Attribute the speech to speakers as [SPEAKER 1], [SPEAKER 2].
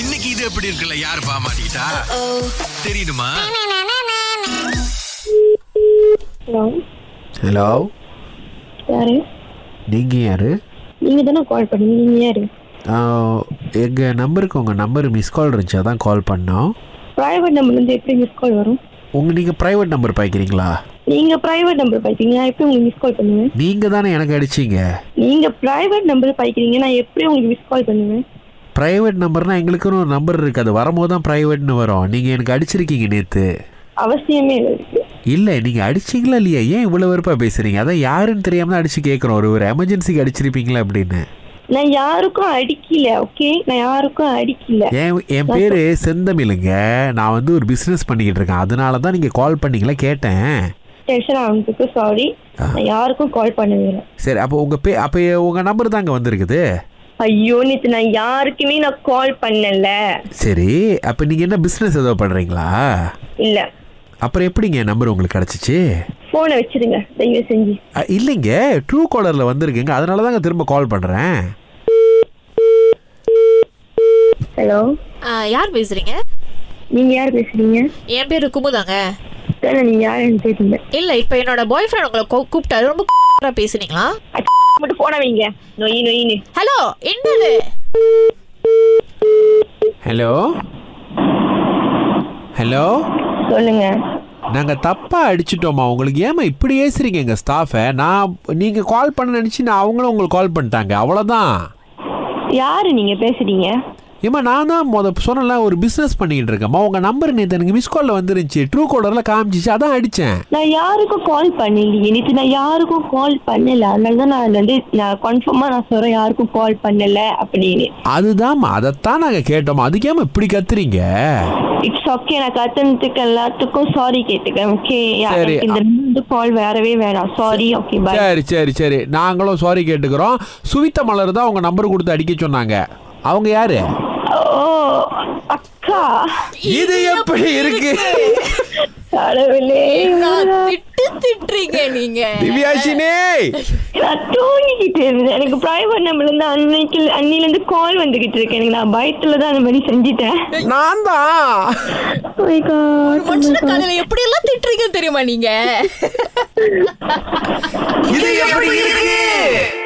[SPEAKER 1] இன்னைக்கு இது எப்படி இருக்குல்ல யார் பாமாட்டா தெரியுமா
[SPEAKER 2] ஹலோ
[SPEAKER 3] ஹலோ
[SPEAKER 2] யாரு
[SPEAKER 3] நீங்கள் யார்
[SPEAKER 2] நீங்கள் தானே கால் பண்ணீங்க நீங்கள் யாரு
[SPEAKER 3] எங்கள் நம்பருக்கு உங்கள் நம்பர் மிஸ் கால் இருந்துச்சு அதான் கால் பண்ணோம்
[SPEAKER 2] ப்ரைவேட் நம்பர்லேருந்து எப்படி மிஸ் கால் வரும்
[SPEAKER 3] உங்கள் நீங்கள் ப்ரைவேட் நம்பர் பாய்க்கிறீங்களா
[SPEAKER 2] நீங்கள் ப்ரைவேட் நம்பர் பாய்க்கிறீங்க நான் எப்படி உங்களுக்கு மிஸ் கால் பண்ணுவேன்
[SPEAKER 3] நீங்கள் தானே எனக்கு அடிச்சீங்க
[SPEAKER 2] நீங்கள் ப்ரைவேட் நம்பர் பாய்க்கிறீங்க நான் எப்படி உங்களுக்கு மிஸ் கால் பண்ணுவேன்
[SPEAKER 3] ப்ரைவேட் நம்பர்னால் எங்களுக்குன்னு ஒரு நம்பர் இருக்குது அது வரும்போது தான் ப்ரைவேட்னு வரும் நீங்கள் எனக்கு அடிச்சிருக்கீங்க நேற்று
[SPEAKER 2] அவசியமே இல்லை இதுக்கு.
[SPEAKER 3] இல்லை நீங்கள் அடிச்சிங்களா இல்லையா ஏன் இவ்வளோ வெறுப்பாக பேசுகிறீங்க அதான் யாருன்னு தெரியாமல் அடித்து கேட்குறோம் ஒரு ஒரு எமர்ஜென்சிக்கு அடிச்சிருப்பீங்களா அப்படின்னு
[SPEAKER 2] நான் யாருக்கும் அடிக்கல ஓகே நான் யாருக்கும் அடிக்கல
[SPEAKER 3] என் என் பேர் செந்தமிழுங்க நான் வந்து ஒரு பிஸ்னஸ் பண்ணிக்கிட்டு இருக்கேன் அதனால தான் நீங்கள் கால் பண்ணீங்களா கேட்டேன்
[SPEAKER 2] டென்ஷன் ஆகுதுக்கு சாரி நான் யாருக்கும் கால் பண்ணவே இல்லை
[SPEAKER 3] சரி அப்போ உங்கள் பே அப்போ உங்கள் நம்பர் தாங்க வந்திருக்குது
[SPEAKER 2] ஐயோ நேற்று நான் யாருக்குமே நான் கால் பண்ணல
[SPEAKER 3] சரி அப்போ நீங்கள் என்ன பிஸ்னஸ் ஏதோ பண்ணுறீங்களா
[SPEAKER 2] இல்லை
[SPEAKER 3] அப்புறம் எப்படிங்க என் நம்பர் உங்களுக்கு கிடச்சிச்சு
[SPEAKER 2] ஃபோனை வச்சிருங்க தயவு செஞ்சு
[SPEAKER 3] அ, இல்லைங்க ட்ரூ காலரில் வந்திருக்குங்க அதனால தாங்க திரும்ப கால் பண்ணுறேன்
[SPEAKER 2] ஹலோ
[SPEAKER 4] ஆ, யார் பேசுறீங்க
[SPEAKER 2] நீங்கள் யார் பேசுகிறீங்க
[SPEAKER 4] என் பேரு குமுதாங்க
[SPEAKER 2] தெரியல நீங்கள் யார் எனக்கு தெரியல
[SPEAKER 4] இல்ல இப்ப என்னோட பாய் ஃப்ரெண்ட் உங்களை கூ- கூப்பிட்டாரு ரொம்ப கூப்பிட்டா பேசுனீங்களா
[SPEAKER 2] அச்ச, மட்டும் போன வைங்க நொய் நொயின்னு
[SPEAKER 4] ஹலோ என்னது
[SPEAKER 3] ஹலோ ஹலோ
[SPEAKER 2] சொல்லுங்க
[SPEAKER 3] நாங்கள் தப்பாக அடிச்சிட்டோமா உங்களுக்கு ஏமா இப்படி ஏசுறீங்க எங்கள் ஸ்டாஃபை நான் நீங்கள் கால் பண்ண நினச்சி நான் அவங்களும் உங்களுக்கு கால் பண்ணிட்டாங்க அவ்வளோதான்
[SPEAKER 2] யாரு நீங்க பேசுறீங்க
[SPEAKER 3] ஏம்மா நான் தான் முத சொன்னல ஒரு பிஸ்னஸ் பண்ணிக்கிட்டு இருக்கேம்மா உங்கள் நம்பர் நேற்று எனக்கு மிஸ் காலில் வந்துருந்துச்சு ட்ரூ காலரில் காமிச்சிச்சு அதான் அடித்தேன்
[SPEAKER 2] நான் யாருக்கும் கால் பண்ணலையே நேற்று நான் யாருக்கும் கால் பண்ணல அதனால தான் நான் வந்து நான் கன்ஃபார்மா நான் சொல்றேன் யாருக்கும் கால் பண்ணல அப்படின்னு
[SPEAKER 3] அதுதான்மா அதைத்தான் நாங்கள் கேட்டோம்மா அதுக்கேம்மா இப்படி கத்துறீங்க
[SPEAKER 2] இட்ஸ் ஓகே நான் கத்தனத்துக்கு எல்லாத்துக்கும் சாரி கேட்டுக்கிறேன் ஓகே
[SPEAKER 3] சரி.
[SPEAKER 2] இந்த ரெண்டு கால் வேறவே வேணாம் சாரி ஓகே பை
[SPEAKER 3] சரி சரி சரி நாங்களும் சாரி கேட்டுக்கிறோம் சுவித்த மலர் தான் உங்கள் நம்பர் கொடுத்து அடிக்க சொன்னாங்க அவங்க யாரு
[SPEAKER 2] ஓ அக்கா
[SPEAKER 3] இது எப்படி இருக்கு
[SPEAKER 2] கடவுளே
[SPEAKER 4] நான் திட்டு திட்டுறீங்க நீங்க
[SPEAKER 3] திவ்யாஷினே
[SPEAKER 2] நான் தூங்கிக்கிட்டு இருந்தேன் எனக்கு பிரைவேட் நம்பர்ல இருந்து அன்னைக்கு அன்னில இருந்து கால் வந்துகிட்டு இருக்கு எனக்கு நான் பயத்துல தான் அந்த மாதிரி செஞ்சிட்டேன்
[SPEAKER 3] நான் தான்
[SPEAKER 2] Oh my God, oh my
[SPEAKER 4] மனுஷன
[SPEAKER 2] God.
[SPEAKER 4] காதல எப்படி எல்லாம் திட்டுறீங்க தெரியுமா நீங்க
[SPEAKER 1] இது எப்படி இருக்கு